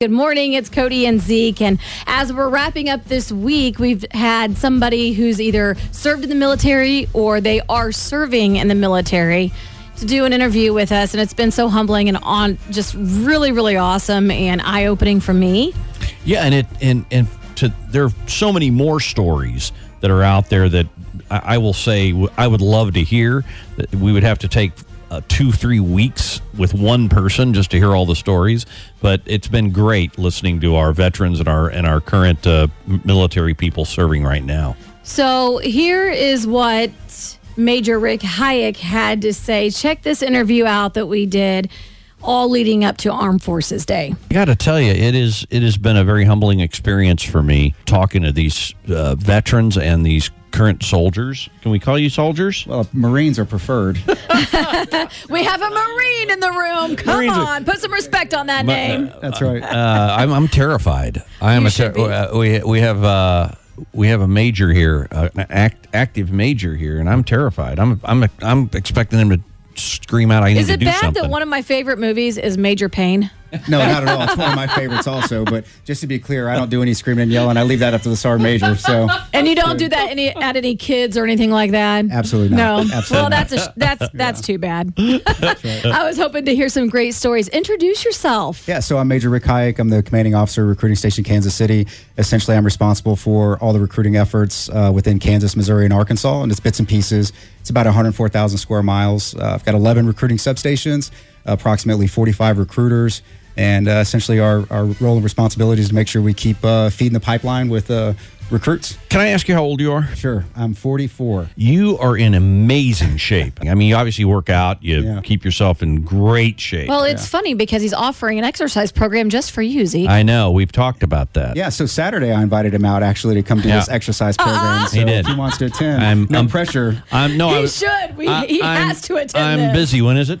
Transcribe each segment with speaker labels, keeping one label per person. Speaker 1: Good morning. It's Cody and Zeke. And as we're wrapping up this week, we've had somebody who's either served in the military or they are serving in the military to do an interview with us. And it's been so humbling and on just really, really awesome and eye opening for me.
Speaker 2: Yeah, and it and and to there are so many more stories that are out there that I, I will say w- I would love to hear. That We would have to take uh, two three weeks with one person just to hear all the stories, but it's been great listening to our veterans and our and our current uh, m- military people serving right now.
Speaker 1: So here is what Major Rick Hayek had to say. Check this interview out that we did all leading up to Armed Forces Day.
Speaker 2: I got to tell you, it is it has been a very humbling experience for me talking to these uh, veterans and these current soldiers. Can we call you soldiers?
Speaker 3: Well, Marines are preferred.
Speaker 1: We have a Marine in the room. Come
Speaker 2: Marines are-
Speaker 1: on, put some respect on that
Speaker 2: Ma-
Speaker 1: name.
Speaker 3: That's right.
Speaker 2: uh, I'm, I'm terrified. I am
Speaker 1: You
Speaker 2: a
Speaker 1: should
Speaker 2: ter- uh, we we have uh, we have a major here, uh, an act, active major here, and I'm terrified. I'm I'm I'm expecting them to scream out. I need
Speaker 1: Is
Speaker 2: to
Speaker 1: it
Speaker 2: do
Speaker 1: bad
Speaker 2: something.
Speaker 1: that one of my favorite movies is Major Pain?
Speaker 3: No, not at all. It's one of my favorites also. But just to be clear, I don't do any screaming and yelling. I leave that up to the sergeant major. So
Speaker 1: And you don't do that any at any kids or anything like that.
Speaker 3: Absolutely not.
Speaker 1: No.
Speaker 3: Absolutely
Speaker 1: well,
Speaker 3: not.
Speaker 1: that's a, sh- that's that's too bad. I was hoping to hear some great stories. Introduce yourself.
Speaker 3: yeah, so I'm Major Rick Hayek. I'm the commanding officer, recruiting station, Kansas City. Essentially, I'm responsible for all the recruiting efforts uh, within Kansas, Missouri, and Arkansas, and it's bits and pieces. It's about 104,000 square miles. Uh, I've got 11 recruiting substations, approximately 45 recruiters, and uh, essentially our, our role and responsibility is to make sure we keep uh, feeding the pipeline with uh, recruits.
Speaker 2: Can I ask you how old you are?
Speaker 3: Sure, I'm 44.
Speaker 2: You are in amazing shape. I mean, you obviously work out. You
Speaker 3: Yeah.
Speaker 2: keep yourself in great shape.
Speaker 1: Well, it's funny because he's offering an exercise program just for you, Zeke.
Speaker 2: I know we've talked about that.
Speaker 3: Yeah, so Saturday I invited him out actually to come do this
Speaker 2: Yeah.
Speaker 3: exercise program. So
Speaker 2: He did.
Speaker 3: If he wants to attend,
Speaker 2: I'm-
Speaker 3: no
Speaker 2: I'm-
Speaker 3: pressure.
Speaker 2: I'm no.
Speaker 1: He
Speaker 2: I was-
Speaker 1: should. We- he has to attend
Speaker 2: I'm
Speaker 1: this.
Speaker 2: busy. When is it?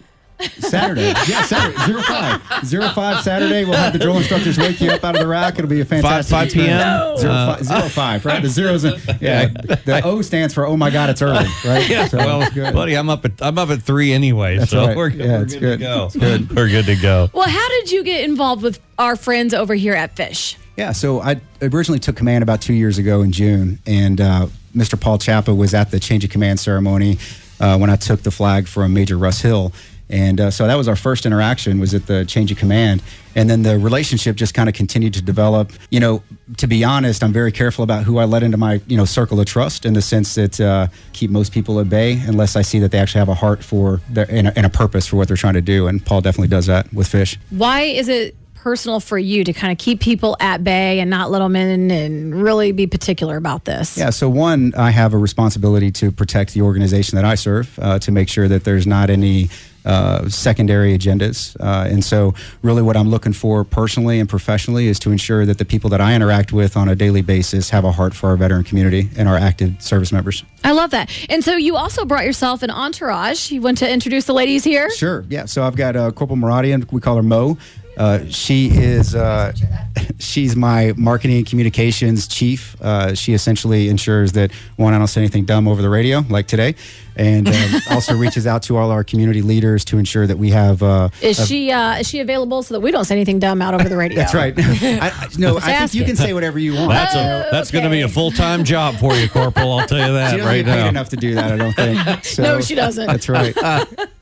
Speaker 3: Saturday. Yeah, Saturday. Zero five. Zero five Saturday. We'll have the drill instructors wake you up out of the rack. It'll be a fantastic
Speaker 2: 5 p.m.?
Speaker 3: experience.
Speaker 2: No.
Speaker 3: Zero, fi- zero five, right? The zeros. In, yeah. The O stands for, oh my God, it's early, right?
Speaker 2: Yeah,
Speaker 3: So
Speaker 2: well,
Speaker 3: it's good.
Speaker 2: buddy, I'm up at I'm up at three anyway, so
Speaker 3: all right.
Speaker 2: we're,
Speaker 3: Yeah,
Speaker 2: we're
Speaker 3: it's
Speaker 2: good,
Speaker 3: good.
Speaker 2: to go. good. We're good to go.
Speaker 1: well, how did you get involved with our friends over here at Fish?
Speaker 3: Yeah, so I originally took command about two years ago in June, and uh, Mr. Paul Chapa was at the change of command ceremony uh, when I took the flag from Major Russ Hill, and uh, so that was our first interaction was at the change of command, and then the relationship just kind of continued to develop. You know, to be honest, I'm very careful about who I let into my you know circle of trust in the sense that uh, keep most people at bay unless I see that they actually have a heart for their, and, a, and a purpose for what they're trying to do, and Paul definitely does that with fish.
Speaker 1: Why is it personal for you to kind of keep people at bay and not let them in and really be particular about this?
Speaker 3: Yeah, so one, I have a responsibility to protect the organization that I serve, uh, to make sure that there's not any uh, secondary agendas. Uh, and so, really, what I'm looking for personally and professionally is to ensure that the people that I interact with on a daily basis have a heart for our veteran community and our active service members.
Speaker 1: I love that. And so you also brought yourself an entourage. You want to introduce the ladies here?
Speaker 3: Sure. Yeah. So I've got uh, Corporal Maradian. We call her Mo. Uh, she is uh, she's my marketing and communications chief. Uh, she essentially ensures that one, I don't say anything dumb over the radio like today, and um, also reaches out to all our community leaders to ensure that we have. Uh,
Speaker 1: Is she uh, is she available so that we don't say anything dumb out over the radio?
Speaker 3: that's right. I, I, no, I think you
Speaker 1: asking.
Speaker 3: can say whatever you want.
Speaker 2: That's
Speaker 4: Oh,
Speaker 2: a that's going to be a
Speaker 1: Okay.
Speaker 2: full time job for you, Corporal. I'll tell you
Speaker 3: She
Speaker 2: that
Speaker 3: doesn't
Speaker 2: right
Speaker 3: get paid
Speaker 2: now.
Speaker 3: enough to do that, I don't think. So,
Speaker 1: No, she doesn't.
Speaker 3: That's right.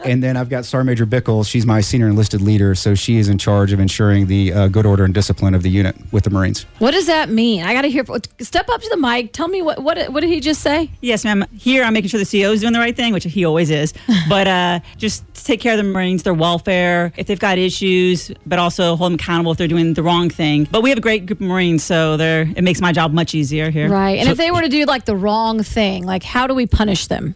Speaker 3: and then I've got Sergeant Major Bickle. She's my senior enlisted leader, so she is in charge of ensuring the uh, good order and discipline of the unit with the Marines.
Speaker 1: What does that mean? I got to hear. Step up to the mic. Tell me what what what did he just say?
Speaker 4: Yes, ma'am. Here, I'm making sure the CEO is doing the right thing, which he always is. But uh, just to take care of the Marines, their welfare, if they've got issues, but also hold them accountable if they're doing the wrong thing. But we have a great group of Marines, so they're, it makes my job much easier here.
Speaker 1: Right. And if they were to do like the wrong thing, like how do we punish them?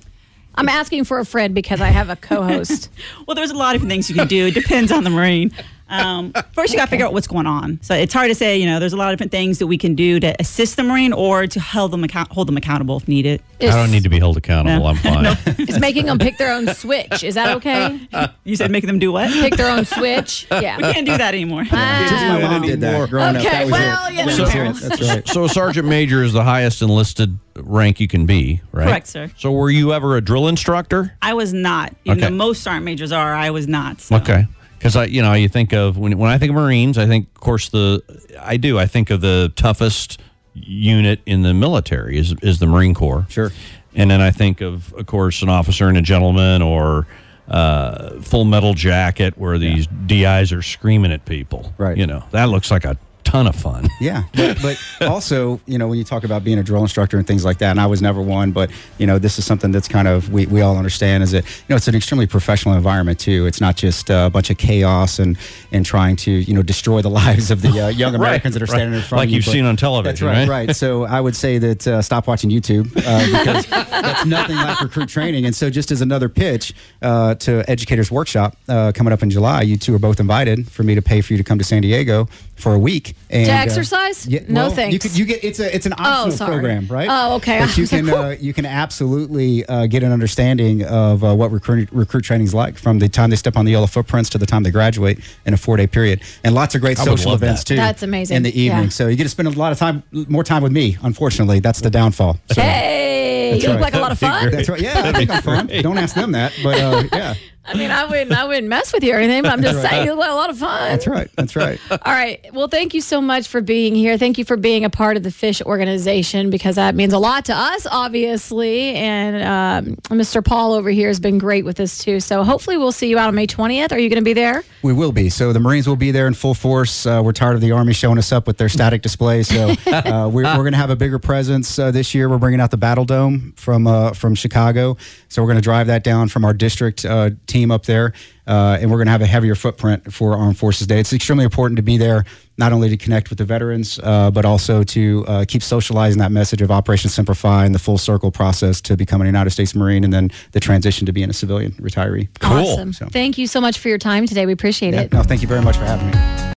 Speaker 1: I'm asking for a friend because I have a co-host.
Speaker 4: Well, there's a lot of things you can do. It depends on the Marine. Um, first, you got to figure out what's going on. So it's hard to say. You know, there's a lot of different things that we can do to assist the Marine or to hold them account- hold them accountable if needed.
Speaker 1: Is,
Speaker 2: I don't need to be held accountable.
Speaker 4: No.
Speaker 2: I'm fine.
Speaker 1: Is making them pick their own switch. Is that okay?
Speaker 4: You said making them do what?
Speaker 1: Pick their own switch.
Speaker 4: We
Speaker 1: Yeah.
Speaker 4: can't do that anymore.
Speaker 3: Just my mom did
Speaker 2: anymore.
Speaker 3: that growing up.
Speaker 1: Oh, Okay,
Speaker 3: That was
Speaker 1: well,
Speaker 3: it.
Speaker 1: you
Speaker 3: That was
Speaker 1: know.
Speaker 3: it. That's right.
Speaker 2: So, a sergeant major is the highest enlisted rank you can be, right?
Speaker 4: Correct, sir.
Speaker 2: So, were you ever a drill instructor?
Speaker 4: I was not. Even
Speaker 2: Okay.
Speaker 4: though most sergeant majors are, I was not. so.
Speaker 2: Okay. because I, you know, you think of when when I think of Marines, I think, of course, the I do. I think of the toughest unit in the military is is the Marine Corps.
Speaker 3: Sure.
Speaker 2: And then I think of, of course, an officer and a gentleman, or uh, Full Metal Jacket, where these DIs are screaming at people.
Speaker 3: Right.
Speaker 2: You know, that looks like a ton of fun.
Speaker 3: Yeah, but, but also, you know, when you talk about being a drill instructor and things like that, and I was never one, but you know, this is something that's kind of we, we all understand is that you know it's an extremely professional environment too. It's not just uh, a bunch of chaos and and trying to you know destroy the lives of the uh, young
Speaker 2: Right,
Speaker 3: Americans that are
Speaker 2: right.
Speaker 3: standing in front
Speaker 2: Like
Speaker 3: of you.
Speaker 2: you've
Speaker 3: but-
Speaker 2: seen on television,
Speaker 3: That's right,
Speaker 2: right?
Speaker 3: right. So I would say that uh, stop watching YouTube uh, because that's nothing like recruit training. And so, just as another pitch uh, to Educators Workshop uh, coming up in July, you two are both invited for me to pay for you to come to San Diego for a week and uh,
Speaker 1: To exercise? No thanks. Oh,
Speaker 3: You, could, you get it's a it's an optional
Speaker 1: sorry.
Speaker 3: program, right?
Speaker 1: Oh, okay. I
Speaker 3: But you
Speaker 1: was like,
Speaker 3: can uh, you can absolutely uh, get an understanding of uh, what recruit recruit training's like from the time they step on the yellow footprints to the time they graduate in a four day period, and lots of great
Speaker 2: I would
Speaker 3: social
Speaker 2: love
Speaker 3: events
Speaker 2: that.
Speaker 3: too.
Speaker 1: That's amazing.
Speaker 3: In the evening,
Speaker 1: Yeah.
Speaker 3: so uh, you get to spend a lot of time more time with me. Unfortunately, that's the downfall. So-
Speaker 1: Hey, you look
Speaker 3: right.
Speaker 1: like a lot of
Speaker 2: That'd be
Speaker 1: fun.
Speaker 3: That's right. Yeah, I think I'm fun. Don't ask them that, but uh, yeah,
Speaker 1: I mean, I wouldn't, I wouldn't mess with you or anything, but I'm just saying you look like a lot of fun.
Speaker 3: that's right. That's right.
Speaker 1: All right. Well, thank you so much for being here. Thank you for being a part of the Fish organization because that means a lot to us, obviously. And um, Mr. Paul over here has been great with us too. So hopefully we'll see you out on May 20th. Are you going to be there?
Speaker 3: We will be. So the Marines will be there in full force. Uh, we're tired of the Army showing us up with their static display. So uh, we're, we're going to have a bigger presence uh, this year. We're bringing out the Battle Dome from uh, from Chicago. So we're going to drive that down from our district uh, team up there, uh, and we're going to have a heavier footprint for Armed Forces Day. It's extremely important to be there not only to connect with the veterans, uh, but also to uh, keep socializing that message of Operation Simplify and the full circle process to becoming a United States Marine, and then the transition to being a civilian retiree.
Speaker 2: Cool.
Speaker 1: Awesome. Thank you so much for your time today. We appreciate
Speaker 3: Yeah,
Speaker 1: it.
Speaker 3: no, thank you very much for having me.